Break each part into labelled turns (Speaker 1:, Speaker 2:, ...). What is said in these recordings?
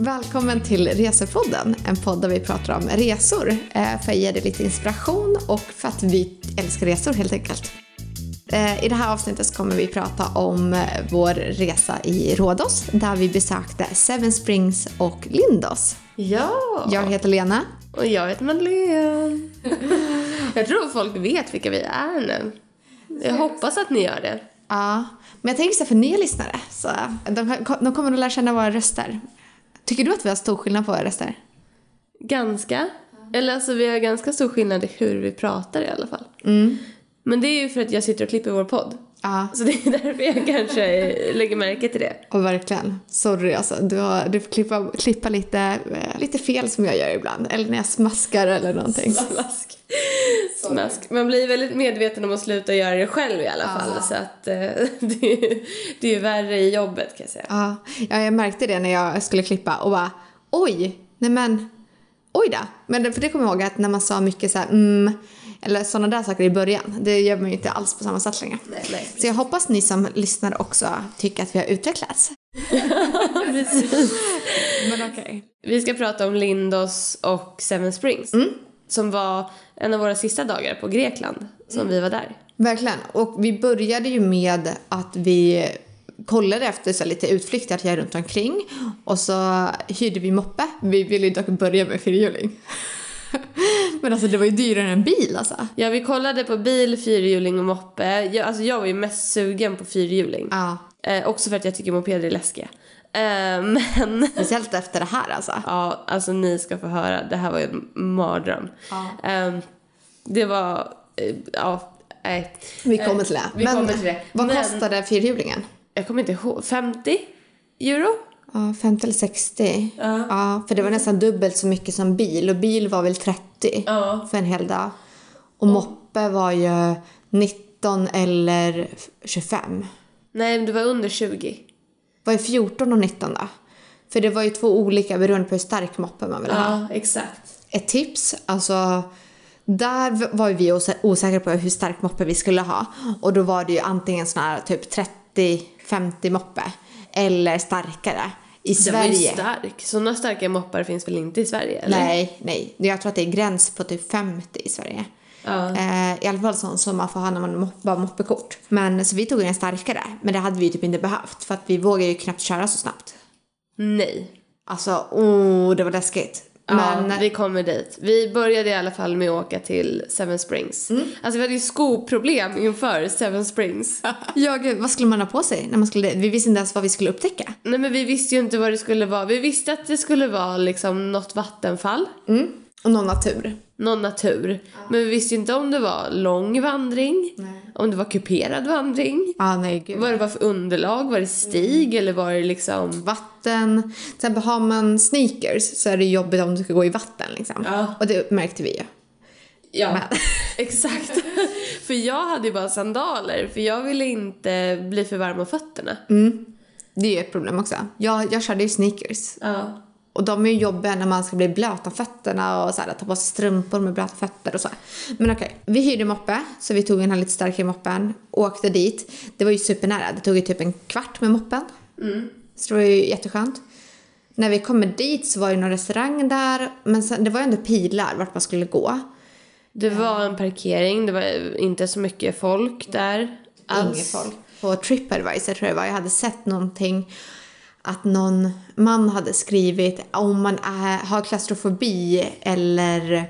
Speaker 1: Välkommen till Resepodden, en podd där vi pratar om resor eh, för att ge dig lite inspiration och för att vi älskar resor helt enkelt. Eh, I det här avsnittet kommer vi prata om eh, vår resa i Rhodos där vi besökte Seven Springs och Lindos.
Speaker 2: Ja!
Speaker 1: Jag heter Lena.
Speaker 2: Och jag heter Madeleine. jag tror folk vet vilka vi är nu. Jag hoppas att ni gör det.
Speaker 1: Ja, men jag tänker så här för nya lyssnare. Så eh, de, de kommer att lära känna våra röster. Tycker du att vi har stor skillnad på våra röster?
Speaker 2: Ganska. Eller alltså vi har ganska stor skillnad i hur vi pratar i alla fall.
Speaker 1: Mm.
Speaker 2: Men det är ju för att jag sitter och klipper vår podd.
Speaker 1: Ja,
Speaker 2: Så det är därför jag kanske lägger märke till det.
Speaker 1: och verkligen. Sorry alltså. Du, har, du får klippa, klippa lite, eh, lite fel som jag gör ibland. Eller när jag smaskar eller någonting.
Speaker 2: Smask. Smask. Man blir väldigt medveten om att sluta göra det själv i alla fall. Så att eh, det är ju det är ju värre i jobbet kan jag säga.
Speaker 1: Ja, ja, jag märkte det när jag skulle klippa och bara oj, nej men oj då. Men det, för det kommer jag ihåg att när man sa mycket så här mm, eller sådana där saker i början, det gör man ju inte alls på samma sätt längre.
Speaker 2: nej.
Speaker 1: Så jag hoppas ni som lyssnar också tycker att vi har utvecklats.
Speaker 2: Precis.
Speaker 1: Men okej.
Speaker 2: Vi ska prata om Lindos och Seven Springs. Som var en av våra sista dagar på Grekland som vi var där.
Speaker 1: Verkligen. Och vi började ju med att vi kollade efter så här lite utflykter till runt omkring och så hyrde vi moppe. Vi ville ju dock börja med fyrhjuling. Men alltså det var ju dyrare än bil alltså.
Speaker 2: Ja, vi kollade på bil, fyrhjuling och moppe. Jag, alltså jag var ju mest sugen på fyrhjuling.
Speaker 1: Ja.
Speaker 2: Eh, också för att jag tycker mopeder är läskiga. Eh, men
Speaker 1: Speciellt efter det här alltså.
Speaker 2: ja, alltså ni ska få höra. Det här var ju en mardröm.
Speaker 1: Ja.
Speaker 2: Eh, det var, eh, ja, nej.
Speaker 1: Vi kommer till det.
Speaker 2: Eh, vi kommer till det.
Speaker 1: Vad
Speaker 2: Men-
Speaker 1: kostade fyrhjulingen?
Speaker 2: Jag kommer inte ihåg. 50 euro?
Speaker 1: Ja, 50 eller 60.
Speaker 2: Ja.
Speaker 1: för det var nästan dubbelt så mycket som bil och bil var väl 30
Speaker 2: Ja.
Speaker 1: för en hel dag. Och moppe var ju 19 eller 25.
Speaker 2: Nej, men det var under 20.
Speaker 1: Vad är 14 och 19 då? För det var ju två olika beroende på hur stark moppe man ville ha.
Speaker 2: Ja, exakt.
Speaker 1: Ett tips, alltså där var ju vi osä- osäkra på hur stark moppe vi skulle ha. Och då var det ju antingen sån här typ 30-50 moppe eller starkare. I
Speaker 2: Den var ju
Speaker 1: Sverige.
Speaker 2: stark. Sådana starka moppar finns väl inte i Sverige? Eller?
Speaker 1: Nej, nej. Jag tror att det är gräns på typ 50 i Sverige.
Speaker 2: Ja.
Speaker 1: Eh, I alla fall sån som man får ha när man mop- bara moppekort. Men så vi tog en starkare. Men det hade vi ju typ inte behövt för att vi vågar ju knappt köra så snabbt.
Speaker 2: Nej.
Speaker 1: Alltså, oh, det var läskigt. Men
Speaker 2: ja, vi kommer dit. Vi började i alla fall med att åka till Seven Springs.
Speaker 1: Mm.
Speaker 2: Alltså vi hade ju skoproblem inför Seven Springs.
Speaker 1: ja, gud, vad skulle man ha på sig? När man skulle, vi visste inte ens vad vi skulle upptäcka.
Speaker 2: Nej men vi visste ju inte vad det skulle vara. Vi visste att det skulle vara liksom något vattenfall,
Speaker 1: Mm. Och någon natur.
Speaker 2: någon natur. Men vi visste ju inte om det var lång vandring, om det var kuperad vandring.
Speaker 1: Ja, ah, nej gud.
Speaker 2: Vad det var för underlag, var det stig
Speaker 1: Mm.
Speaker 2: eller var det liksom...
Speaker 1: Vatten. Till exempel har man sneakers så är det jobbigt om du ska gå i vatten liksom.
Speaker 2: Ja.
Speaker 1: Och det märkte vi ju.
Speaker 2: Ja,
Speaker 1: Men-
Speaker 2: exakt. för jag hade ju bara sandaler för jag ville inte bli för varm om fötterna.
Speaker 1: Det är ju ett problem också. Jag, jag körde ju sneakers.
Speaker 2: Ja.
Speaker 1: Och de är ju jobbiga när man ska bli blöt om fötterna och så här, ta på sig strumpor med blöta fötter och så. Men okej, vi hyrde moppe så vi tog den här lite starkare moppen åkte dit. Det var ju supernära, det tog ju typ en kvart med moppen. Så det var ju jätteskönt. När vi kommer dit så var ju någon restaurang där men sen, det var ju ändå pilar vart man skulle gå.
Speaker 2: Det var en parkering, det var inte så mycket folk där.
Speaker 1: Inget folk. På Tripadvisor tror jag det var. Jag hade sett någonting att någon man hade skrivit om man är, har klaustrofobi eller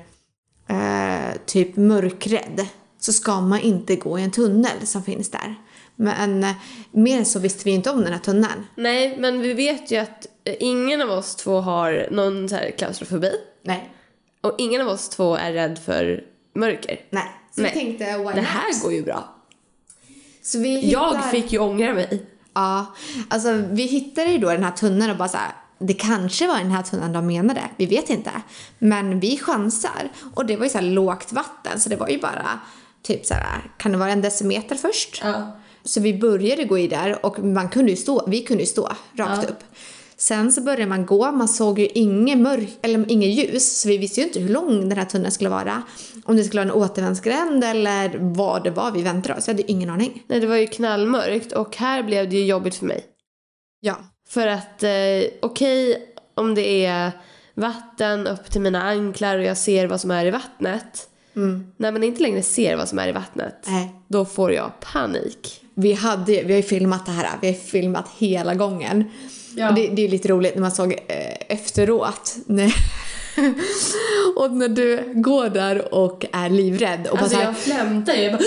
Speaker 1: eh, typ mörkrädd så ska man inte gå i en tunnel som finns där. Men eh, mer än så visste vi inte om den här tunneln.
Speaker 2: Nej, men vi vet ju att eh, ingen av oss två har någon så här klaustrofobi.
Speaker 1: Nej.
Speaker 2: Och ingen av oss två är rädd för mörker.
Speaker 1: Nej. Så
Speaker 2: Nej.
Speaker 1: vi tänkte why
Speaker 2: Det
Speaker 1: not?
Speaker 2: här går ju bra.
Speaker 1: Så vi hittar-
Speaker 2: Jag fick ju ångra mig.
Speaker 1: Ja, alltså vi hittade ju då den här tunneln och bara så här, det kanske var den här tunneln de menade, vi vet inte. Men vi chansar och det var ju så här lågt vatten så det var ju bara typ så här, kan det vara en decimeter först?
Speaker 2: Ja.
Speaker 1: Så vi började gå i där och man kunde ju stå, vi kunde ju stå rakt upp. Sen så började man gå, man såg ju inget mörk, eller inget ljus så vi visste ju inte hur lång den här tunneln skulle vara. Om det skulle vara en återvändsgränd eller vad det var vi väntade oss, jag hade ju ingen aning.
Speaker 2: Nej, det var ju knallmörkt och här blev det ju jobbigt för mig.
Speaker 1: Ja.
Speaker 2: För att eh, okej om det är vatten upp till mina anklar och jag ser vad som är i vattnet. Mm. När man inte längre ser vad som är i vattnet,
Speaker 1: Nej.
Speaker 2: då får jag panik.
Speaker 1: Vi, hade, vi har ju filmat det här, vi har filmat hela gången.
Speaker 2: Ja.
Speaker 1: Och Det, det är lite roligt när man såg eh, efteråt. När, och när du går där och är livrädd. Och bara
Speaker 2: Alltså
Speaker 1: så här,
Speaker 2: jag flämtar ju. Jag bara...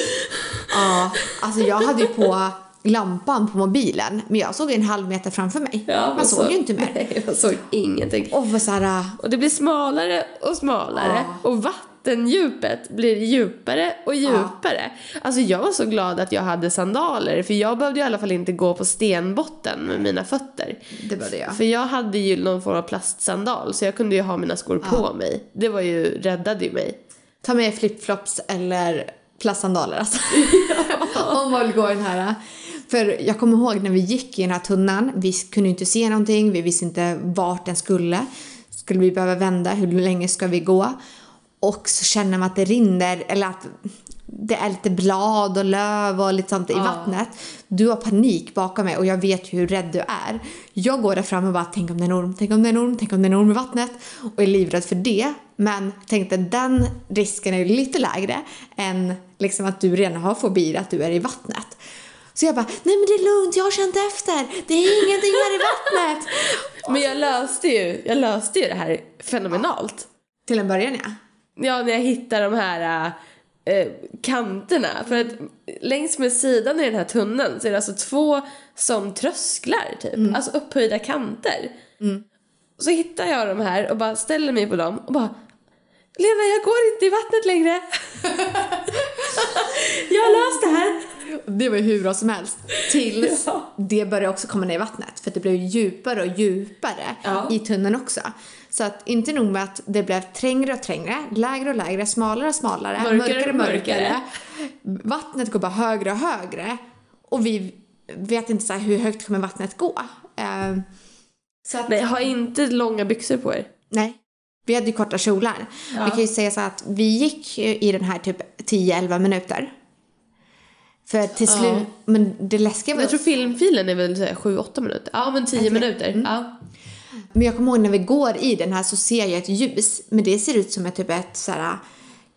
Speaker 1: Ja, alltså jag hade ju på lampan på mobilen men jag såg en halv meter framför mig.
Speaker 2: Ja, alltså.
Speaker 1: man såg ju inte mer.
Speaker 2: Nej, man såg ingenting.
Speaker 1: Och var så här,
Speaker 2: Och det blir smalare och smalare
Speaker 1: Ah.
Speaker 2: och vattendjupet blir djupare och djupare. Alltså jag var så glad att jag hade sandaler för jag behövde ju i alla fall inte gå på stenbotten med mina fötter.
Speaker 1: det var det jag.
Speaker 2: För jag hade ju någon form av plastsandal så jag kunde ju ha mina skor
Speaker 1: Ah.
Speaker 2: på mig. Det var ju, räddade ju mig.
Speaker 1: Ta med flipflops eller plastsandaler alltså. Om man vill gå i den här. För jag kommer ihåg när vi gick i den här tunnan, vi kunde ju inte se någonting, vi visste inte vart den skulle. Skulle vi behöva vända, hur länge ska vi gå? Och så känner man att det rinner, eller att det är lite blad och löv och lite sånt i vattnet. Du har panik bakom mig och jag vet ju hur rädd du är. Jag går där fram och bara tänk om det är en orm, tänk om det är en orm, tänk om det är en orm i vattnet och är livrädd för det. Men tänkte den risken är ju lite lägre än liksom att du redan har fobi att du är i vattnet. Så jag bara, nej men det är lugnt, jag har känt efter, det är ingenting här i vattnet.
Speaker 2: Men jag löste ju, jag löste ju det här fenomenalt.
Speaker 1: Till en början ja.
Speaker 2: Ja, när jag hittar de här eh, kanterna. För att längs med sidan i den här tunneln så är det alltså två som trösklar typ. Alltså upphöjda kanter. Så hittar jag de här och bara ställer mig på dem och bara Lena, jag går inte i vattnet längre. jag har löst det här.
Speaker 1: Det var ju hur bra som helst. Tills
Speaker 2: Ja.
Speaker 1: det började också komma ner i vattnet. För det blev djupare och djupare
Speaker 2: Ja.
Speaker 1: i tunneln också. Så att inte nog med att det blev trängre och trängre, lägre och lägre, smalare och smalare,
Speaker 2: Mörkare och
Speaker 1: mörkare och mörkare.
Speaker 2: mörkare.
Speaker 1: Vattnet går bara högre och högre. Och vi vet inte så här, hur högt kommer vattnet gå. Eh, så att,
Speaker 2: Nej, ha inte långa byxor på er.
Speaker 1: Nej. Vi hade ju korta kjolar.
Speaker 2: Ja.
Speaker 1: Vi kan ju säga så att vi gick ju i den här typ 10-11 minuter. För till
Speaker 2: Ja.
Speaker 1: slut, men det läskiga var
Speaker 2: Jag tror filmfilen är väl 7-8 minuter. Ja, men 10 minuter. Ja.
Speaker 1: Men jag kommer ihåg när vi går i den här så ser jag ett ljus. Men det ser ut som ett, typ ett, så här,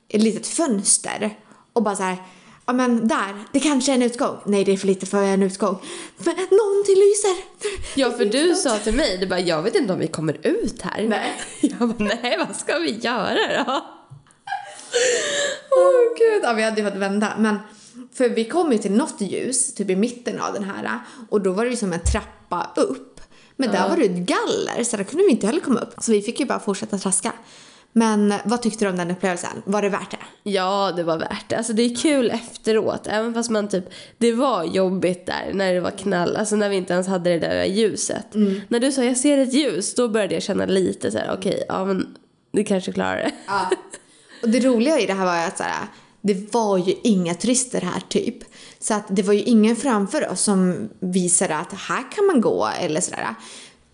Speaker 1: ett litet fönster. Och bara så här, ja men där, det kanske är en utgång. Nej det är för lite för en utgång. Men någonting lyser!
Speaker 2: Ja, för du sa till mig, du bara, jag vet inte om vi kommer ut här.
Speaker 1: Nej.
Speaker 2: Jag bara, nej vad ska vi göra då?
Speaker 1: Åh gud, ja, vi hade ju fått vända. Men, för vi kom ju till något ljus, typ i mitten av den här. Och då var det ju som en trappa upp. Men där var det ju ett galler, så där kunde vi inte heller komma upp. Så vi fick ju bara fortsätta traska. Men vad tyckte du om den upplevelsen? Var det värt det?
Speaker 2: Ja, det var värt det. Alltså det är kul efteråt, även fast man typ, det var jobbigt där när det var knall, alltså när vi inte ens hade det där ljuset.
Speaker 1: Mm.
Speaker 2: När du sa jag ser ett ljus, då började jag känna lite så här: okej, ja men du kanske klarar det.
Speaker 1: Ja. Och det roliga i det här var ju att så här, det var ju inga turister här typ. Så att det var ju ingen framför oss som visade att här kan man gå eller sådär.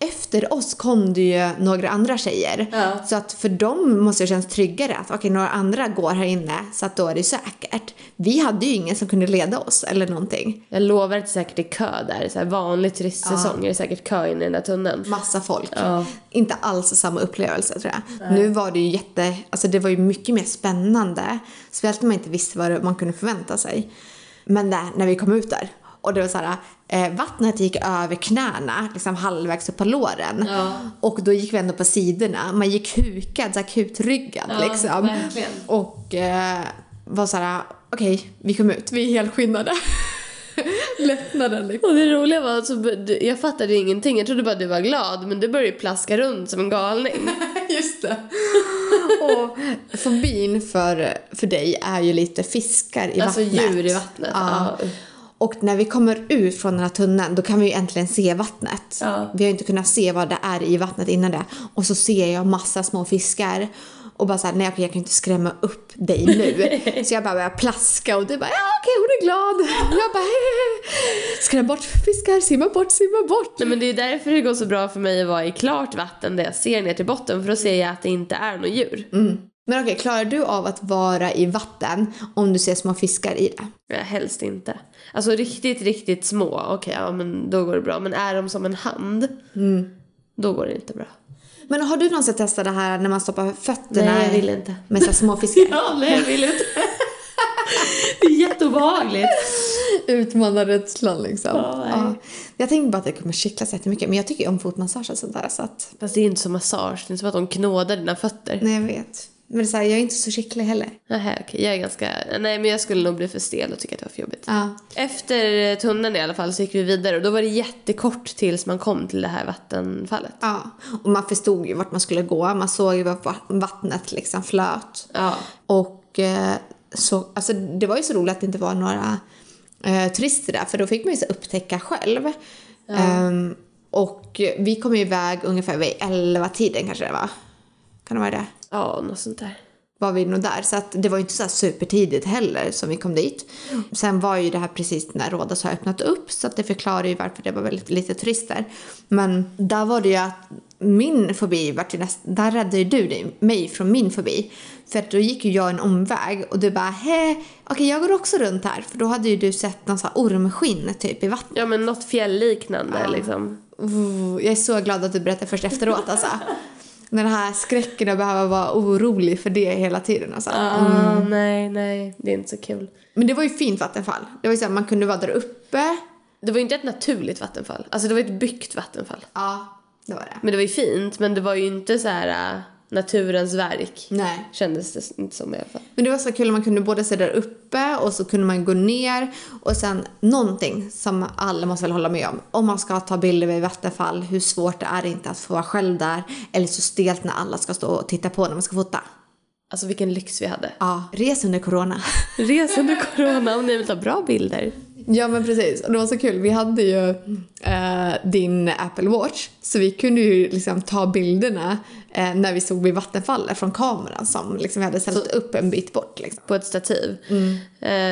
Speaker 1: Efter oss kom det ju några andra tjejer.
Speaker 2: Ja.
Speaker 1: Så att för dem måste det kännas tryggare att okej, några andra går här inne så att då är det säkert. Vi hade ju ingen som kunde leda oss eller någonting.
Speaker 2: Jag lovar att det säkert är kö där, så här vanlig turistsäsong är det säkert kö in i den där tunneln.
Speaker 1: Alltså, Massa folk.
Speaker 2: Ja.
Speaker 1: Inte alls samma upplevelse tror jag. Nu var det ju jätte, alltså det var ju mycket mer spännande. Speciellt när man inte visste vad man kunde förvänta sig. Men där, när vi kom ut där och det var så här, eh, vattnet gick över knäna, liksom halvvägs upp på låren.
Speaker 2: Ja.
Speaker 1: Och då gick vi ändå på sidorna. Man gick hukad, så här kutryggad
Speaker 2: Ja,
Speaker 1: liksom.
Speaker 2: verkligen.
Speaker 1: Och eh, var så här, okej, vi kom ut, vi är helskinnade. Lättnaden liksom.
Speaker 2: Och det roliga var att så bör- du- jag fattade ju ingenting. Jag trodde bara du var glad, men du började ju plaska runt som en galning.
Speaker 1: Just det. Och fobin för, för dig är ju lite fiskar i
Speaker 2: alltså
Speaker 1: vattnet.
Speaker 2: djur i vattnet.
Speaker 1: Ja.
Speaker 2: Ja.
Speaker 1: Och när vi kommer ut från den här tunneln då kan vi ju äntligen se vattnet.
Speaker 2: Ja.
Speaker 1: Vi har ju inte kunnat se vad det är i vattnet innan det. Och så ser jag massa små fiskar. Och bara såhär, nej okej jag kan inte skrämma upp dig nu. så jag bara börjar plaska och du bara, ja okej hon är glad. Och jag bara, "Hehehe." skräm bort fiskar, simma bort, simma bort.
Speaker 2: Nej, men det är därför det går så bra för mig att vara i klart vatten där jag ser ner till botten, för då ser jag att det inte är något djur.
Speaker 1: Men okej, klarar du av att vara i vatten om du ser små fiskar i det?
Speaker 2: Ja, helst inte. Alltså riktigt, riktigt Mm. små, okej, ja men då går det bra. Men är de som en hand, då går det inte bra.
Speaker 1: Men har du någonsin testat det här när man stoppar fötterna
Speaker 2: Nej, jag vill inte.
Speaker 1: med så här små fiskar?
Speaker 2: Ja, nej, jag vill inte. Det är jätteobehagligt.
Speaker 1: Utmana rädslan liksom.
Speaker 2: Ja, nej.
Speaker 1: Jag tänkte bara att det kommer kittlas jättemycket men jag tycker ju om fotmassage och sånt där så att
Speaker 2: Fast det är inte som massage, det är som att de knådar dina fötter.
Speaker 1: nej jag vet. Men det är så här, jag är inte så kittlig heller.
Speaker 2: Nähä, okej, jag är ganska... Nej, men jag skulle nog bli för stel och tycka att det var för jobbigt.
Speaker 1: Ja.
Speaker 2: Efter eh, tunneln i alla fall så gick vi vidare och då var det jättekort tills man kom till det här vattenfallet.
Speaker 1: Ja, och man förstod ju vart man skulle gå. Man såg ju vart vattnet liksom flöt.
Speaker 2: Ja.
Speaker 1: Och eh, så, alltså, det var ju så roligt att det inte var några eh, turister där för då fick man ju så upptäcka själv. Ehm, och vi kom ju iväg ungefär vid 11-tiden kanske det var. Kan det vara det?
Speaker 2: Ja, något sånt där.
Speaker 1: var vi nog där. Så att det var ju inte så här supertidigt heller som vi kom dit. Sen var ju det här precis när Rhodos har öppnat upp så att det förklarar ju varför det var väldigt lite turister. Men där var det ju att min fobi vart ju näst, där räddade ju du dig, mig från min fobi. För att då gick ju jag en omväg och du bara hej, okej jag går också runt här. För då hade ju du sett någon så här ormskinn typ i vattnet.
Speaker 2: Ja, men något fjällliknande liksom.
Speaker 1: Oh, jag är så glad att du berättar först efteråt alltså. Den här skräcken att behöva vara orolig för det hela tiden alltså.
Speaker 2: Ah, nej, nej, det är inte så kul.
Speaker 1: Men det var ju fint vattenfall. Det var ju så här, man kunde vara där uppe.
Speaker 2: Det var ju inte ett naturligt vattenfall. Alltså det var ett byggt vattenfall.
Speaker 1: Ja, det var det.
Speaker 2: Men det var ju fint, men det var ju inte så här äh, naturens verk.
Speaker 1: Nej.
Speaker 2: Kändes det inte som i alla fall.
Speaker 1: Men det var så kul, man kunde både se där uppe och så kunde man gå ner. Och sen någonting som alla måste väl hålla med om. Om man ska ta bilder vid vattenfall, hur svårt det är inte att få vara själv där. Eller så stelt när alla ska stå och titta på när man ska fota.
Speaker 2: Alltså vilken lyx vi hade.
Speaker 1: Ja, res under corona.
Speaker 2: Res under corona om ni vill ta bra bilder.
Speaker 1: Ja men precis, och det var så kul. Vi hade ju eh, din Apple Watch så vi kunde ju liksom ta bilderna eh, när vi stod vid vattenfallet från kameran som liksom vi hade ställt upp en bit bort. Liksom.
Speaker 2: på ett stativ.
Speaker 1: Mm.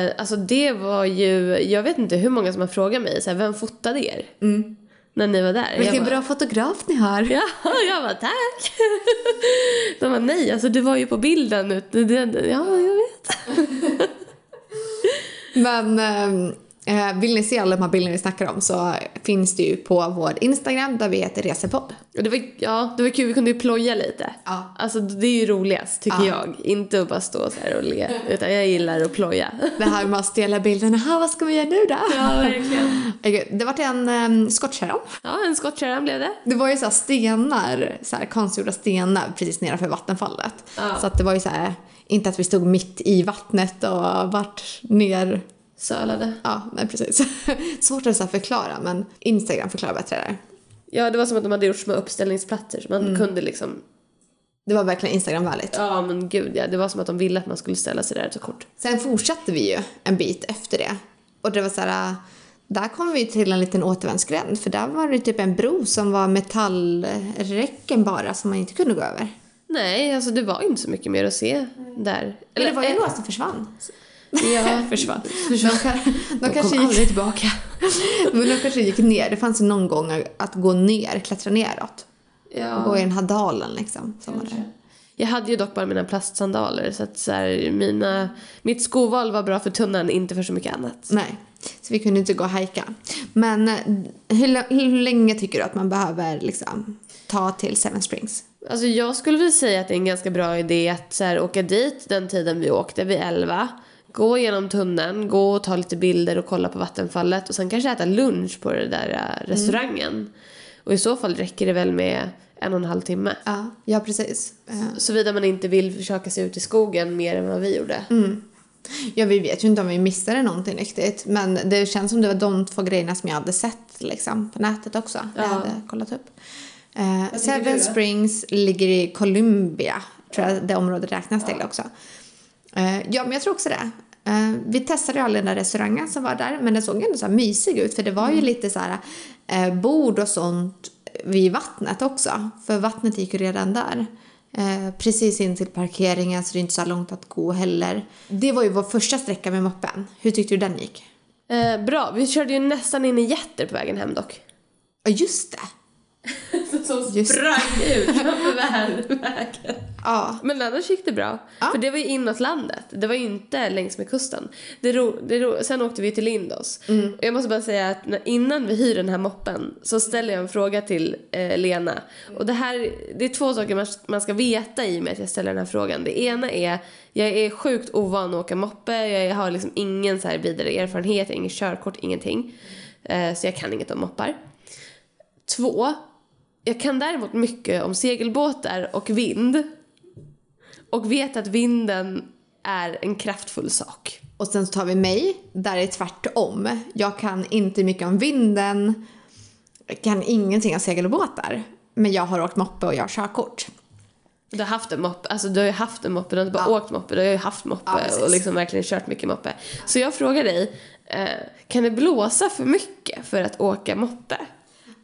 Speaker 2: Eh, alltså det var ju, jag vet inte hur många som har frågat mig så här, vem fotade er? När ni var där.
Speaker 1: Mm. Vilken
Speaker 2: jag bara,
Speaker 1: bra fotograf ni har!
Speaker 2: Ja, jag bara tack. De bara nej, alltså du var ju på bilden. ut- det- det- Ja, jag vet.
Speaker 1: Men eh, eh, vill ni se alla de här bilderna vi snackar om så finns det ju på vår Instagram där vi heter Resepodd.
Speaker 2: Och det var, ja, det var kul, vi kunde ju ploja lite.
Speaker 1: Ja.
Speaker 2: Alltså det är ju roligast tycker jag. Inte att bara stå så här och le. Utan jag gillar att ploja.
Speaker 1: Det här med att stela bilderna, "Ha, vad ska vi göra nu då?
Speaker 2: verkligen.
Speaker 1: Okej, Det vart en um, skottkärra.
Speaker 2: Ja, en skottkärra blev det.
Speaker 1: Det var ju så här stenar, så här konstgjorda stenar precis nedanför vattenfallet. Så att det var ju så här, inte att vi stod mitt i vattnet och vart ner.
Speaker 2: Sölade.
Speaker 1: Ja, nej precis. Svårt att så här förklara men Instagram förklarar bättre där.
Speaker 2: Ja, det var som att de hade gjort små uppställningsplatser. Så man
Speaker 1: Mm.
Speaker 2: kunde liksom
Speaker 1: Det var verkligen Instagram-värdigt.
Speaker 2: Ja men gud ja, det var som att de ville att man skulle ställa sig där och ta kort.
Speaker 1: Sen fortsatte vi ju en bit efter det. Och det var så här, där kom vi till en liten återvändsgränd för där var det typ en bro som var metallräcken bara som man inte kunde gå över.
Speaker 2: Nej, alltså det var inte så mycket mer att se där.
Speaker 1: Eller det var ju
Speaker 2: eh,
Speaker 1: några som försvann.
Speaker 2: Ja, försvann.
Speaker 1: De, kan, de,
Speaker 2: De
Speaker 1: kanske
Speaker 2: kom
Speaker 1: gick
Speaker 2: aldrig tillbaka.
Speaker 1: Men de kanske gick ner. Det fanns ju någon gång att gå ner, klättra neråt. Gå i den här dalen liksom. Som var där.
Speaker 2: Jag hade ju dock bara mina plastsandaler så att så här, mina, mitt skoval var bra för tunnan, inte för så mycket annat.
Speaker 1: Nej, så vi kunde inte gå och hajka. Men eh, hur, l- hur länge tycker du att man behöver liksom, ta till Seven Springs?
Speaker 2: Alltså jag skulle väl säga att det är en ganska bra idé att så här, åka dit den tiden vi åkte, vid 11. Gå genom tunneln, gå och ta lite bilder och kolla på vattenfallet och sen kanske äta lunch på den där
Speaker 1: Mm.
Speaker 2: eh, restaurangen. Och i så fall räcker det väl med en och en halv timme.
Speaker 1: Ja, ja precis. Eh,
Speaker 2: Såvida man inte vill försöka sig ut i skogen mer än vad vi gjorde.
Speaker 1: Mm. Ja, vi vet ju inte om vi missade någonting riktigt. Men det känns som det var de två grejerna som jag hade sett liksom, på nätet också. när Jag
Speaker 2: Ja.
Speaker 1: hade kollat upp. Eh,
Speaker 2: du
Speaker 1: Seven
Speaker 2: då?
Speaker 1: Springs ligger i Columbia, tror jag det området räknas till också. Eh, ja, men jag tror också det. Eh, vi testade ju aldrig den där restaurangen som var där, men den såg ändå så här mysig ut för det var
Speaker 2: Mm.
Speaker 1: ju lite så här eh, bord och sånt vid vattnet också. För vattnet gick ju redan där. Eh, precis in till parkeringen så det är inte så här långt att gå heller. Det var ju vår första sträcka med moppen. Hur tyckte du den gick?
Speaker 2: Eh, bra, vi körde ju nästan in i getter på vägen hem dock.
Speaker 1: Ja, just det.
Speaker 2: som
Speaker 1: Just-
Speaker 2: sprang ut framför vägen.
Speaker 1: Ja.
Speaker 2: Men annars gick det bra.
Speaker 1: Ja.
Speaker 2: För det var ju inåt landet. Det var ju inte längs med kusten. Det ro, det ro, sen åkte vi till Lindos. Och jag måste bara säga att när, innan vi hyr den här moppen så ställer jag en fråga till eh, Lena. Och det här, det är två saker man, man ska veta i och med att jag ställer den här frågan. Det ena är, jag är sjukt ovan att åka moppe. Jag har liksom ingen så här vidare erfarenhet, ingen körkort, ingenting. Eh, så jag kan inget om moppar. Två, jag kan däremot mycket om segelbåtar och vind och vet att vinden är en kraftfull sak.
Speaker 1: Och sen så tar vi mig, där det är tvärtom. Jag kan inte mycket om vinden, jag kan ingenting om segelbåtar. Men jag har åkt moppe och jag har körkort.
Speaker 2: Du har haft en moppe, alltså du har ju haft en moppe, du har inte bara åkt moppe, du har ju haft moppe
Speaker 1: Ja, precis.
Speaker 2: och liksom verkligen kört mycket moppe. Så jag frågar dig, eh, kan det blåsa för mycket för att åka moppe?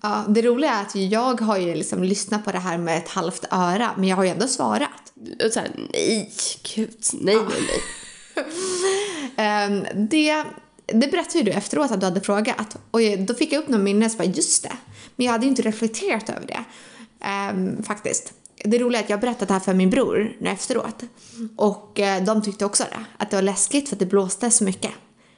Speaker 1: Ja, det roliga är att jag har ju liksom lyssnat på det här med ett halvt öra, men jag har ju ändå svarat.
Speaker 2: Och så här, nej, gud, nej, nej, nej.
Speaker 1: Ehm, det, det berättade ju du efteråt att du hade frågat. Och jag- då fick jag upp någon minne och så bara, just det. Men jag hade ju inte reflekterat över det. Ehm, faktiskt. Det roliga är att jag berättade det här för min bror nu efteråt. Och eh, de tyckte också det. Att det var läskigt för att det blåste så mycket.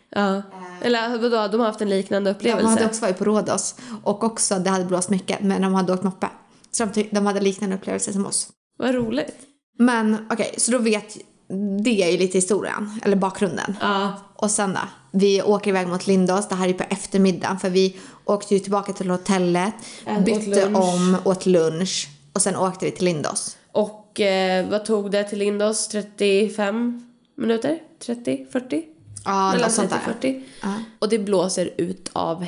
Speaker 2: Ja. Eller vadå, de har haft en liknande
Speaker 1: De
Speaker 2: upplevelse.
Speaker 1: hade också varit på Rhodos. Och också, det hade blåst mycket. Men de hade åkt moppe. Så de, tyck- de hade liknande upplevelser som oss.
Speaker 2: Vad roligt.
Speaker 1: Men okej, så då vet... Det är ju lite historien. Eller bakgrunden.
Speaker 2: Ja.
Speaker 1: Och sen då? Vi åker iväg mot Lindås. Det här är på eftermiddagen för vi åkte ju tillbaka till hotellet,
Speaker 2: Ät- Äh, åt
Speaker 1: bytte
Speaker 2: lunch.
Speaker 1: om, åt lunch och sen åkte vi till Lindås.
Speaker 2: Och eh, vad tog det till Lindos? 35 minuter? 30? 40?
Speaker 1: Ja,
Speaker 2: Mellan
Speaker 1: något sånt
Speaker 2: 30
Speaker 1: där.
Speaker 2: och 40. Och det blåser ut av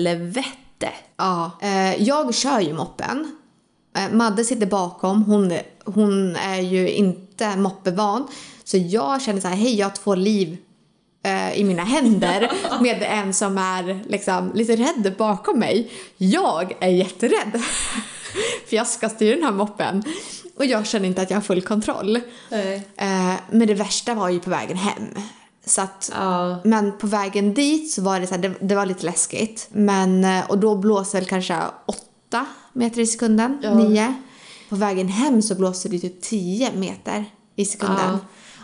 Speaker 2: helvete.
Speaker 1: Ja. Eh, Jag kör ju moppen. Eh, Madde sitter bakom. Hon, hon är ju inte moppevan. Så jag känner så här, hej jag har två liv eh, i mina händer med en som är liksom lite rädd bakom mig. Jag är jätterädd. För jag ska styra den här moppen. Och jag känner inte att jag har full kontroll.
Speaker 2: Nej.
Speaker 1: Eh, Men det värsta var ju på vägen hem. Så att
Speaker 2: Ja.
Speaker 1: men på vägen dit så var det, så här, det, det var lite läskigt. Men, eh, och då blåser det kanske 8 meter i sekunden,
Speaker 2: Ja.
Speaker 1: 9. På vägen hem så blåser det typ 10 meter i sekunden.
Speaker 2: Ja.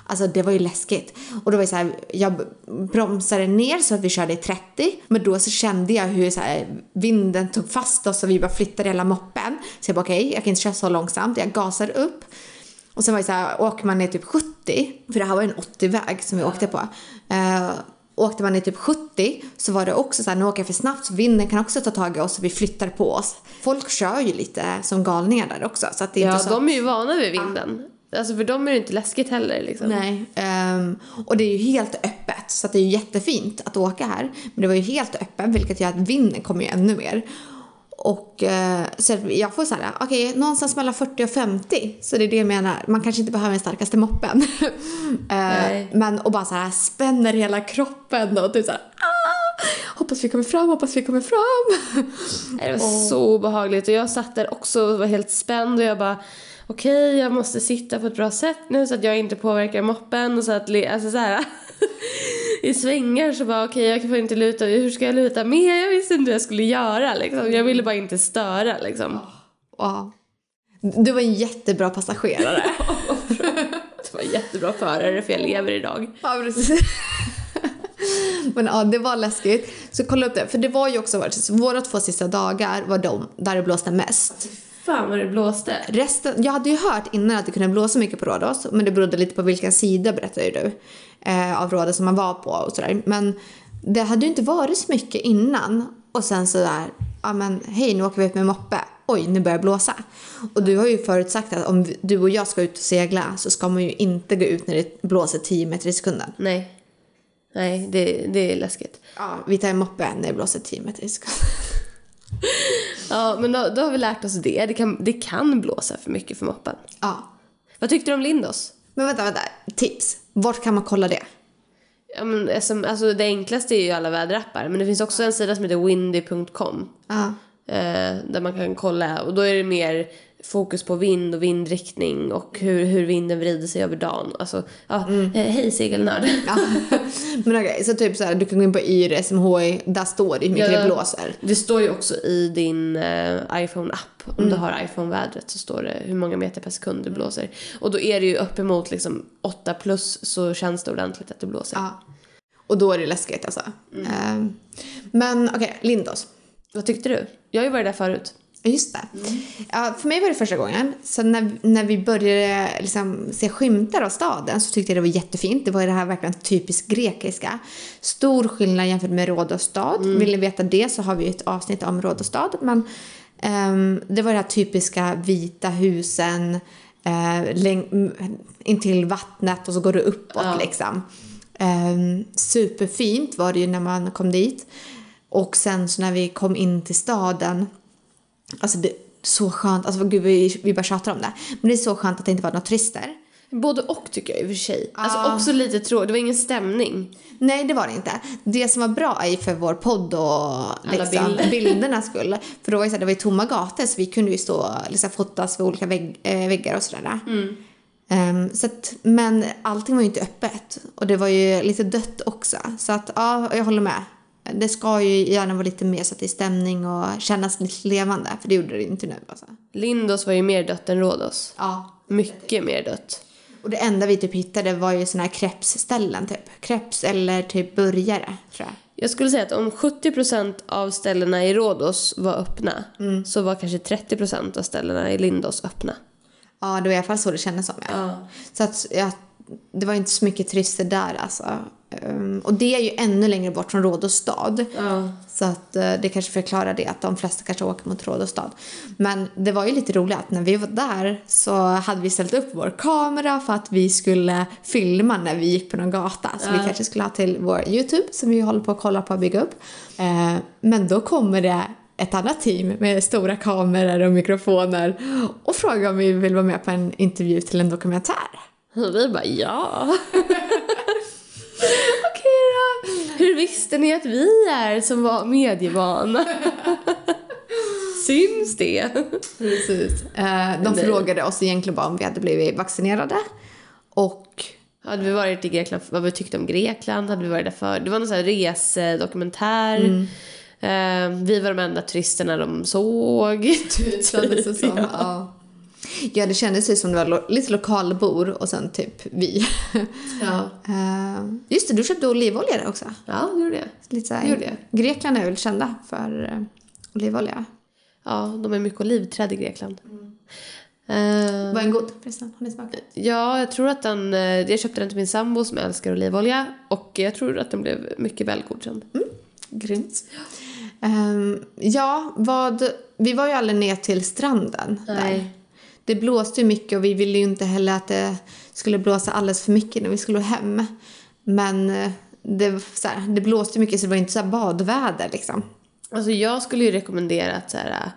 Speaker 1: Alltså det var ju läskigt. Och då var det så här, jag b- bromsade ner så att vi körde i 30. Men då så kände jag hur så här, vinden tog fast oss och vi bara flyttade hela moppen. Så jag bara okej, jag kan inte köra så långsamt. Jag gasar upp. Och sen var det så här, åker man ner typ 70, för det här var ju en 80-väg som vi åkte på. Eh, åkte man ner typ 70 så var det också så här, nu åker jag för snabbt så vinden kan också ta tag i oss och vi flyttar på oss. Folk kör ju lite som galningar där också. Så att det är
Speaker 2: Ja,
Speaker 1: inte så
Speaker 2: de är ju vana vid vinden. Alltså för dem är det inte läskigt heller liksom.
Speaker 1: Nej. ehm, och det är ju helt öppet så att det är ju jättefint att åka här. Men det var ju helt öppet vilket gör att vinden kommer ju ännu mer. Och eh, så att jag får såhär, okej någonstans mellan 40 och 50. Så det är det jag menar. Man kanske inte behöver den starkaste moppen. Eh,
Speaker 2: Nej.
Speaker 1: men och bara såhär spänner hela kroppen och typ såhär "Ah, Hoppas vi kommer fram, hoppas vi kommer fram.
Speaker 2: Nej, Det var så obehagligt och jag satt där också och var helt spänd och jag bara okej jag måste sitta på ett bra sätt nu så att jag inte påverkar moppen och så att le- alltså så här i svängar så bara okej jag får inte luta hur ska jag luta mer jag visste inte hur jag skulle göra liksom jag ville bara inte störa liksom.
Speaker 1: Ja. Du var en jättebra passagerare.
Speaker 2: Det var jättebra förare för jag lever idag.
Speaker 1: Ja, precis. Men ja, det var läskigt. Så kolla upp det. För det var ju också varit, så våra två sista dagar var de där det blåste mest.
Speaker 2: Fan vad det blåste.
Speaker 1: Resten, jag hade ju hört innan att det kunde blåsa mycket på Rhodos, men det berodde lite på vilken sida berättade ju du eh, av Rhodos som man var på och sådär. Men det hade ju inte varit så mycket innan och sen så där, ja men hej nu åker vi ut med moppe, oj nu börjar det blåsa. Och du har ju förutsagt att om vi- du och jag ska ut och segla så ska man ju inte gå ut när det blåser 10 meter i sekunden.
Speaker 2: Nej. Nej, det, det är läskigt.
Speaker 1: Ja, vi tar en moppe när det blåser 10 meter i sekunden.
Speaker 2: Ja, men då, då har vi lärt oss det. Det kan, det kan blåsa för mycket för moppen.
Speaker 1: Ja.
Speaker 2: Vad tyckte du om Lindos?
Speaker 1: Men vänta, vänta. Tips. Vart kan man kolla det?
Speaker 2: Ja, men, SM, alltså, det enklaste är ju alla väderappar, men det finns också en sida som heter windy.com.
Speaker 1: Ja.
Speaker 2: Eh, Eh, där man kan kolla och då är det mer fokus på vind och vindriktning och hur, hur vinden vrider sig över dagen. Alltså, ja, eh, hej segelnörd.
Speaker 1: Ja. Men okej, så typ så här, du kan gå in på yr, SMHI, där står det hur mycket
Speaker 2: Ja.
Speaker 1: det blåser.
Speaker 2: Det står ju också i din eh, iPhone-app, om du har iPhone-vädret så står det hur många meter per sekund det blåser. Och då är det ju uppemot liksom 8 plus så känns det ordentligt att det blåser.
Speaker 1: Ja. Och då är det läskigt alltså. Ehm, men okej, Lindos.
Speaker 2: Vad tyckte du? Jag har ju varit där förut.
Speaker 1: Ja, Just det. Ja, för mig var det första gången. Så när, när vi började liksom se skymtar av staden så tyckte jag det var jättefint. Det var ju det här verkligen typiskt grekiska. Stor skillnad jämfört med Rhodos stad. Vill ni veta det så har vi ju ett avsnitt om Rhodos stad. Men ehm, det var det här typiska vita husen eh, läng- m- intill vattnet och så går det uppåt
Speaker 2: Ja.
Speaker 1: liksom. Ehm, superfint var det ju när man kom dit. Och sen så när vi kom in till staden Alltså det är så skönt. Alltså gud, vi, vi bara tjatar om det. Men det är så skönt att det inte var några turister.
Speaker 2: Både och tycker jag i och för sig. Alltså också lite tråkigt, det var ingen stämning.
Speaker 1: Nej, det var det inte. Det som var bra är ju för vår podd och
Speaker 2: bilder.
Speaker 1: bilderna skulle. För då var det, så här, det var ju tomma gator så vi kunde ju stå och liksom, fotas vid olika vägg, eh, väggar och sådär. Ehm, så att, men allting var ju inte öppet och det var ju lite dött också. Så att ja, jag håller med. Det ska ju gärna vara lite mer så att det är stämning och kännas lite levande. För det gjorde det inte nu. Alltså.
Speaker 2: Lindos var ju mer dött än Rhodos.
Speaker 1: Ja,
Speaker 2: Mycket mer dött.
Speaker 1: Och det enda vi typ hittade var ju såna här crepes-ställen typ. Crepes eller typ burgare tror jag.
Speaker 2: Jag skulle säga att om 70% av ställena i Rhodos var öppna så var kanske 30% av ställena i Lindos öppna.
Speaker 1: Ja, det var i alla fall så det kändes som. Ja. Så att ja, det var inte så mycket turister där alltså. Ehm, och det är ju ännu längre bort från Rhodos stad.
Speaker 2: Ja.
Speaker 1: Så att eh, det kanske förklarar det att de flesta kanske åker mot Rhodos stad. Men det var ju lite roligt att när vi var där så hade vi ställt upp vår kamera för att vi skulle filma när vi gick på någon gata. Så vi kanske skulle ha till vår Youtube som vi håller på att kolla på att bygga upp. Eh, men då kommer det ett annat team med stora kameror och mikrofoner och frågar om vi vill vara med på en intervju till en dokumentär.
Speaker 2: Och vi bara ja.
Speaker 1: Okej då!
Speaker 2: Hur visste ni att vi är som var medievana? Syns det?
Speaker 1: Precis. Eh, de
Speaker 2: Det-
Speaker 1: frågade oss egentligen bara om vi hade blivit vaccinerade. Och
Speaker 2: Hade vi varit i Grekland, vad vi tyckte om Grekland, hade vi varit där för Det var någon sån här resedokumentär. Eh, vi var de enda turisterna de såg. typ.
Speaker 1: kändes det som. Ja. ja, det kändes ju som det var lo- lite lokalbor och sen typ vi.
Speaker 2: Ja.
Speaker 1: Eh, just det, du köpte olivolja där också.
Speaker 2: ja, det gjorde jag.
Speaker 1: Lite så
Speaker 2: Det
Speaker 1: här,
Speaker 2: gjorde jag.
Speaker 1: Grekland är väl kända för eh, olivolja.
Speaker 2: Ja, de är mycket olivträd i Grekland. Eh,
Speaker 1: Var en god förresten? Har ni smakat?
Speaker 2: ja, jag tror att den... eh, Jag köpte den till min sambo som älskar olivolja. Och jag tror att den blev mycket väl godkänd.
Speaker 1: Grymt. Ehm, ja, vad, vi var ju aldrig ner till stranden. Där.
Speaker 2: Nej.
Speaker 1: Det blåste ju mycket och vi ville ju inte heller att det skulle blåsa alldeles för mycket när vi skulle hem. Men eh, det, var så här, det blåste mycket så det var inte så här badväder liksom.
Speaker 2: Alltså jag skulle ju rekommendera att så här, äh,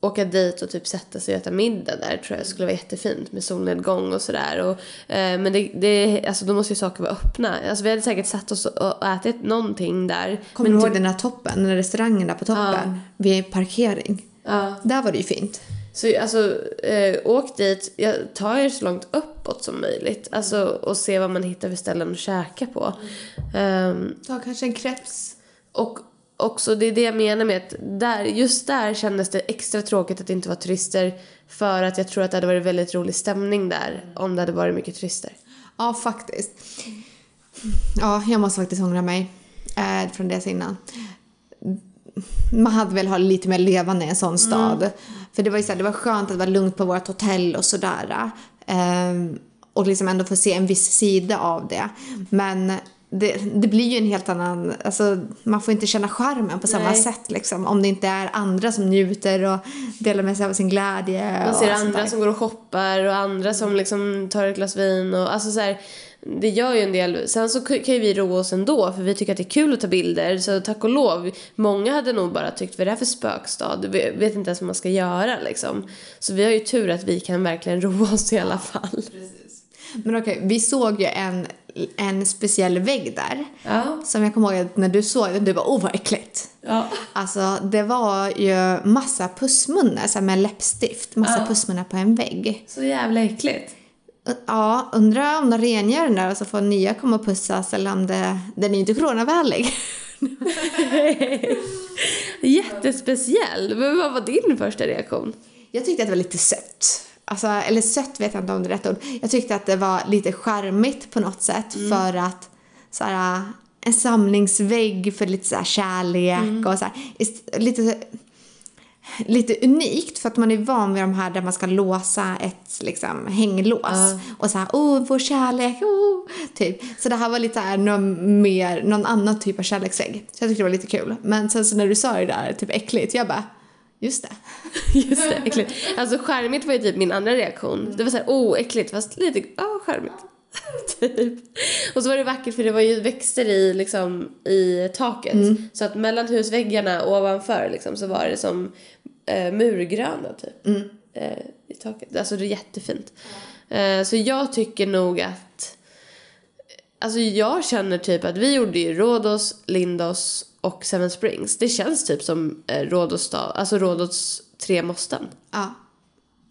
Speaker 2: åka dit och typ sätta sig och äta middag där tror jag skulle vara jättefint med solnedgång och sådär. Och, eh, men det, det, alltså då måste ju saker vara öppna. Alltså vi hade säkert satt oss och, och ätit någonting där.
Speaker 1: Kommer du ihåg den här toppen, den här restaurangen där på toppen? Vid parkering.
Speaker 2: Ja.
Speaker 1: Där var det ju fint.
Speaker 2: Så alltså, eh, åk dit, ja, ta er så långt uppåt som möjligt. Alltså, och se vad man hittar för ställen att käka på. Ehm,
Speaker 1: Ta kanske en kreps.
Speaker 2: Och också, det är det jag menar med att där, just där kändes det extra tråkigt att det inte var turister. För att jag tror att det hade varit väldigt rolig stämning där om det hade varit mycket turister.
Speaker 1: Ja, faktiskt. Ja, jag måste faktiskt ångra mig eh, från det jag sa innan. Man hade väl ha lite mer levande i en
Speaker 2: Mm.
Speaker 1: sån stad. För det var ju så här, det var skönt att vara lugnt på vårt hotell och sådär. Ehm, och liksom ändå få se en viss sida av det. Men det, det blir ju en helt annan, alltså man får inte känna charmen på samma
Speaker 2: Nej.
Speaker 1: sätt liksom. Om det inte är andra som njuter och delar med sig av sin glädje.
Speaker 2: Man
Speaker 1: och
Speaker 2: ser
Speaker 1: sånt
Speaker 2: andra
Speaker 1: där.
Speaker 2: som går och shoppar och andra som liksom tar ett glas vin. Och, alltså så här, det gör ju en del. Sen så kan ju vi roa oss ändå för vi tycker att det är kul att ta bilder. Så tack och lov. Många hade nog bara tyckt vad är det här för spökstad? Vi vet inte ens vad man ska göra liksom. Så vi har ju tur att vi kan verkligen roa oss i alla fall.
Speaker 1: Men okej, vi såg ju en, en speciell vägg där.
Speaker 2: Ja.
Speaker 1: Som jag kommer ihåg att när du såg den, du bara åh vad äckligt.
Speaker 2: ja.
Speaker 1: Alltså det var ju massa pussmunnar så här med läppstift. Massa
Speaker 2: Ja.
Speaker 1: pussmunnar på en vägg.
Speaker 2: Så jävla äckligt.
Speaker 1: Ja, undrar om de rengör den där och så får nya komma och pussas eller om det... Den är ju inte coronavänlig.
Speaker 2: Jättespeciell. Men vad var din första reaktion?
Speaker 1: Jag tyckte att det var lite sött. Alltså, eller sött vet jag inte om det är rätt ord. Jag tyckte att det var lite charmigt på något sätt för att så här, en samlingsvägg för lite så här, kärlek och så här, ist- lite, lite unikt för att man är van vid de här där man ska låsa ett liksom, hänglås och så här, oh, vår kärlek, oh, typ. Så det här var lite så här, någon, mer, någon annan typ av kärleksvägg. Så jag tyckte det var lite kul. Men sen så när du sa det där, typ äckligt, jag bara, just det.
Speaker 2: Just det, äckligt. Alltså charmigt var ju typ min andra reaktion. Det var så här, oh äckligt fast lite, ja charmigt. typ. Och så var det vackert för det var ju växter i, liksom, i taket. Så att mellan husväggarna ovanför liksom, så var det som eh, murgröna typ. Eh, I taket. Alltså det är jättefint. Eh, så jag tycker nog att Alltså jag känner typ att vi gjorde ju Rhodos, Lindos och Seven Springs. Det känns typ som eh, Rhodos, stad, alltså Rhodos tre måsten.
Speaker 1: Ja,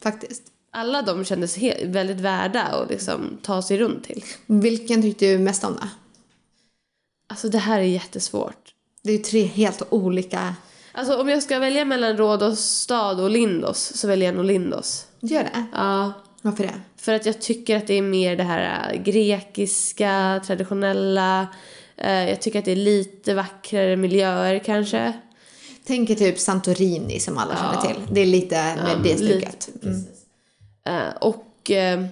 Speaker 1: faktiskt.
Speaker 2: Alla de kändes he- väldigt värda att liksom ta sig runt till.
Speaker 1: Vilken tyckte du mest om då?
Speaker 2: Alltså det här är jättesvårt.
Speaker 1: Det är ju tre helt olika...
Speaker 2: Alltså om jag ska välja mellan Rhodos stad och Lindos så väljer jag nog Lindos.
Speaker 1: Gör det?
Speaker 2: Ja,
Speaker 1: Varför det?
Speaker 2: För att jag tycker att det är mer det här äh, grekiska, traditionella. Eh, Jag tycker att det är lite vackrare miljöer kanske.
Speaker 1: Tänk er typ Santorini som alla
Speaker 2: Ja.
Speaker 1: känner till. Det är lite med det
Speaker 2: lite,
Speaker 1: stycket. Mm.
Speaker 2: Eh, och... Eh,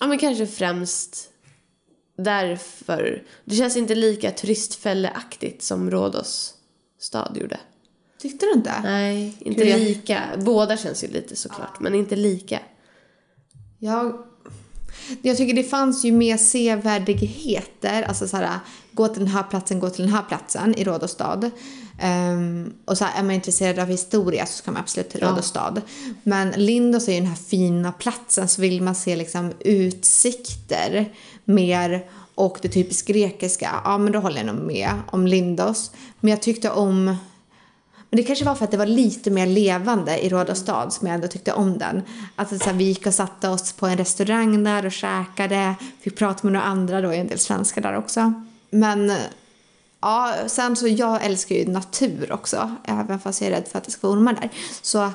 Speaker 2: ja, men kanske främst därför. Det känns inte lika turistfälleaktigt som Rhodos stad gjorde.
Speaker 1: Tyckte du inte?
Speaker 2: Nej, inte
Speaker 1: Gud, jag-
Speaker 2: lika. Båda känns ju lite såklart, men inte lika.
Speaker 1: Jag, jag tycker det fanns ju mer sevärdigheter. Alltså så här, gå till den här platsen, gå till den här platsen i Rhodos stad. Ehm, och så här, är man intresserad av historia så ska man absolut till Rhodos stad. Men Lindos är ju den här fina platsen så vill man se liksom utsikter mer och det typiskt grekiska. Ja, men då håller jag nog med om Lindos. Men jag tyckte om men det kanske var för att det var lite mer levande i Råda stad som jag ändå tyckte om den. Alltså så här, vi gick och satte oss på en restaurang där och käkade. Fick prata med några andra då, det är en del svenskar där också. Men ja, sen så jag älskar ju natur också. Även fast jag är rädd för att det ska vara ormar där. Så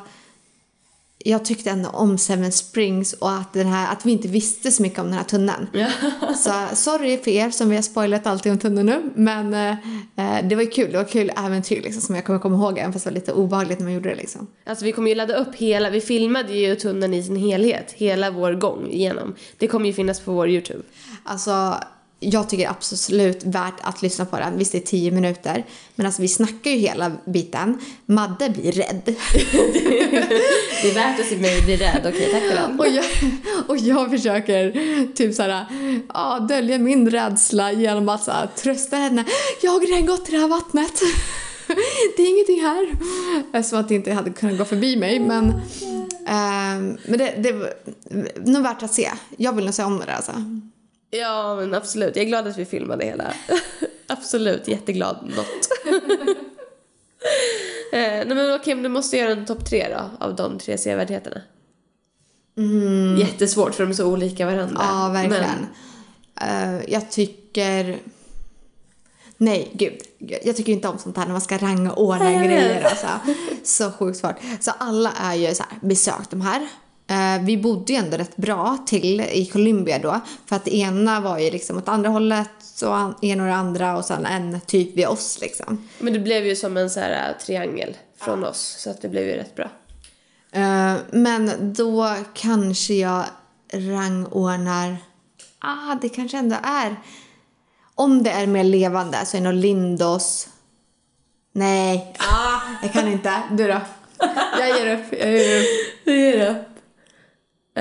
Speaker 1: jag tyckte ändå om Seven Springs och att, den här, att vi inte visste så mycket om den här tunneln. Så sorry för er som vi har spoilat allting om tunneln nu. Men eh, det var ju kul. Det var kul äventyr liksom, som jag kommer komma ihåg även fast det var lite obehagligt när man gjorde det. Liksom.
Speaker 2: Alltså vi kommer ju ladda upp hela, vi filmade ju tunneln i sin helhet, hela vår gång igenom. Det kommer ju finnas på vår Youtube.
Speaker 1: Alltså, jag tycker det är absolut värt att lyssna på den. Visst, det är tio minuter. Men alltså, vi snackar ju hela biten. Madde blir rädd.
Speaker 2: Det är värt att se mig bli rädd, okej tack för det.
Speaker 1: Och jag, och jag försöker typ så här, ja, dölja min rädsla genom att så här, trösta henne. Jag har redan gått i det här vattnet. Det är ingenting här. Eftersom att det inte hade kunnat gå förbi mig. Men, ehm, men det, det var nog värt att se. Jag vill nog se om det där, alltså.
Speaker 2: Ja, men absolut. Jag är glad att vi filmade hela. absolut, jätteglad något. eh, nej men okej, men du måste göra en topp tre då, av de tre sevärdheterna. Jättesvårt för de är så olika varandra.
Speaker 1: Mm. Ja, verkligen.
Speaker 2: Men,
Speaker 1: Eh, jag tycker... Nej, gud. Jag tycker inte om sånt här när man ska rangordna
Speaker 2: Nej, jag
Speaker 1: grejer.
Speaker 2: vet.
Speaker 1: Alltså. Så sjukt svårt. Så alla är ju så här, besökt de här. Eh, vi bodde ju ändå rätt bra till i Colombia då. För att det ena var ju liksom åt andra hållet, så an- ena och det andra och sen en typ vid oss liksom.
Speaker 2: men det blev ju som en så här eh, triangel från oss, så att det blev ju rätt bra.
Speaker 1: Eh, men då kanske jag rangordnar... Ah, det kanske ändå är... Om det är mer levande så är nog Lindos... Nej, ah, jag kan inte. Du då? Jag ger upp. Jag ger upp.
Speaker 2: Hur är det?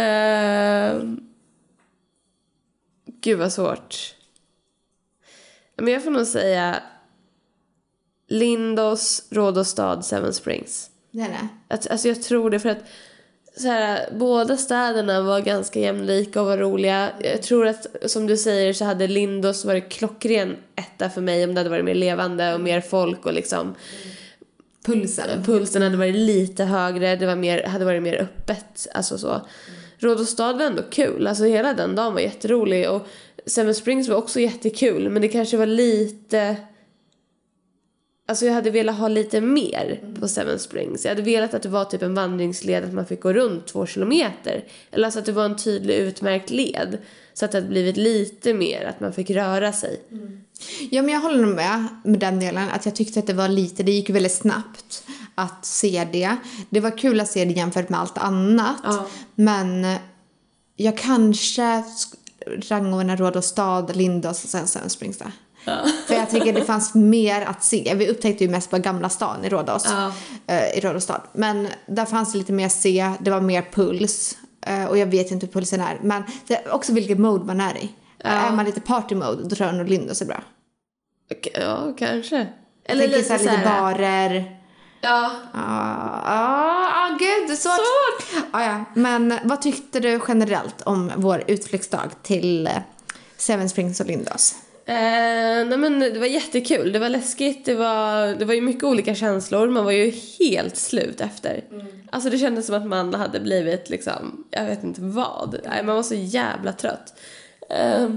Speaker 2: Ehm. Gud vad svårt. Men jag får nog säga Lindos, Rhodos stad, Seven Springs.
Speaker 1: Det är det.
Speaker 2: Att, alltså jag tror det för att så här, båda städerna var ganska jämlika och var roliga. Jag tror att som du säger så hade Lindos varit klockren etta för mig om det hade varit mer levande och mer folk och liksom
Speaker 1: Pulsen.
Speaker 2: pulsen hade varit lite högre, det var mer, hade varit mer öppet. Alltså så. Råd och stad var ändå kul, alltså hela den dagen var jätterolig och Seven Springs var också jättekul men det kanske var lite Alltså jag hade velat ha lite mer
Speaker 1: Mm.
Speaker 2: på Seven Springs. Jag hade velat att det var typ en vandringsled att man fick gå runt två kilometer. Eller alltså att det var en tydlig utmärkt led. Så att det hade blivit lite mer att man fick röra sig.
Speaker 1: Mm. Ja, men jag håller nog med med den delen. Att jag tyckte att det var lite, det gick väldigt snabbt att se det. Det var kul att se det jämfört med allt annat.
Speaker 2: Ja.
Speaker 1: Men jag kanske sk- rangordnar Råd och stad, Lindos och sen Seven Springs där. För jag tycker det fanns mer att se. Vi upptäckte ju mest på Gamla stan i Rhodos.
Speaker 2: Ja.
Speaker 1: Eh, I Rhodos stad. Men där fanns det lite mer att se, det var mer puls. Eh, och jag vet inte hur pulsen är. Men det är också vilket mode man är i. Är man lite party mode, då tror jag nog Lindos är bra.
Speaker 2: Okej, Ja, kanske.
Speaker 1: Eller tänker lite, så här, lite
Speaker 2: här-
Speaker 1: barer.
Speaker 2: Ja.
Speaker 1: Ja, ah, ah, gud, det är svårt. Ah, ja. Men vad tyckte du generellt om vår utflyktsdag till eh, Seven Springs och Lindos?
Speaker 2: Eh, nej men det var jättekul. Det var läskigt. Det var, det var ju mycket olika känslor. Man var ju helt slut efter. Alltså det kändes som att man hade blivit liksom, jag vet inte vad. Nej, man var så jävla trött. Eh,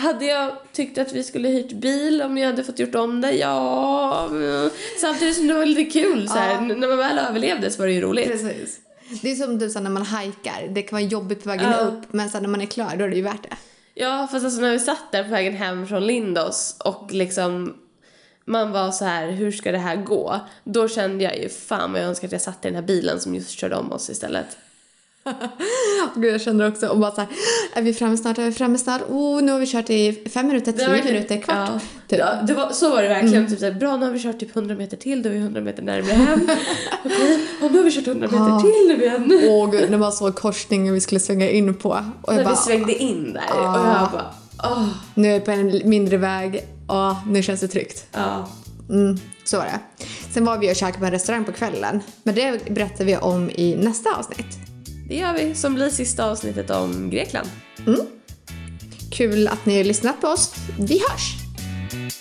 Speaker 2: hade jag tyckt att vi skulle hyrt bil om jag hade fått gjort om det? Ja. mm. Samtidigt som det var lite kul så här. N- När man väl överlevde så var det ju roligt.
Speaker 1: Precis. Det är som du sa när man hajkar. Det kan vara jobbigt på vägen
Speaker 2: Ja.
Speaker 1: upp men sen när man är klar då är det ju värt det.
Speaker 2: Ja, fast alltså när vi satt där på vägen hem från Lindos och liksom man var så här, hur ska det här gå? Då kände jag ju, fan vad jag önskar att jag satt i den här bilen som just körde om oss istället.
Speaker 1: Och jag känner också och bara så här, är vi framme snart? Är vi framme snart? Oh, nu har vi kört i fem minuter,
Speaker 2: Det
Speaker 1: tio
Speaker 2: var verkligen-
Speaker 1: minuter, kvart.
Speaker 2: Ja,
Speaker 1: Typ. Mm.
Speaker 2: ja det var, så var det verkligen. Typ så här, bra, nu har vi kört typ 100 meter till, då är vi 100 meter närmare hem. Okej, och nu har vi kört 100 meter
Speaker 1: Ja.
Speaker 2: till, nu är vi hem.
Speaker 1: Åh gud, det var så korsningen vi skulle svänga in på. Och jag
Speaker 2: När
Speaker 1: bara,
Speaker 2: vi svängde in där och
Speaker 1: Ja.
Speaker 2: jag bara, åh.
Speaker 1: nu är jag på en mindre väg. Ja, nu känns det tryggt.
Speaker 2: Ja.
Speaker 1: Mm, så var det. Sen var vi och käkade på en restaurang på kvällen. Men det berättar vi om i nästa avsnitt.
Speaker 2: Det gör vi, som blir sista avsnittet om Grekland.
Speaker 1: Kul att ni har lyssnat på oss. Vi hörs!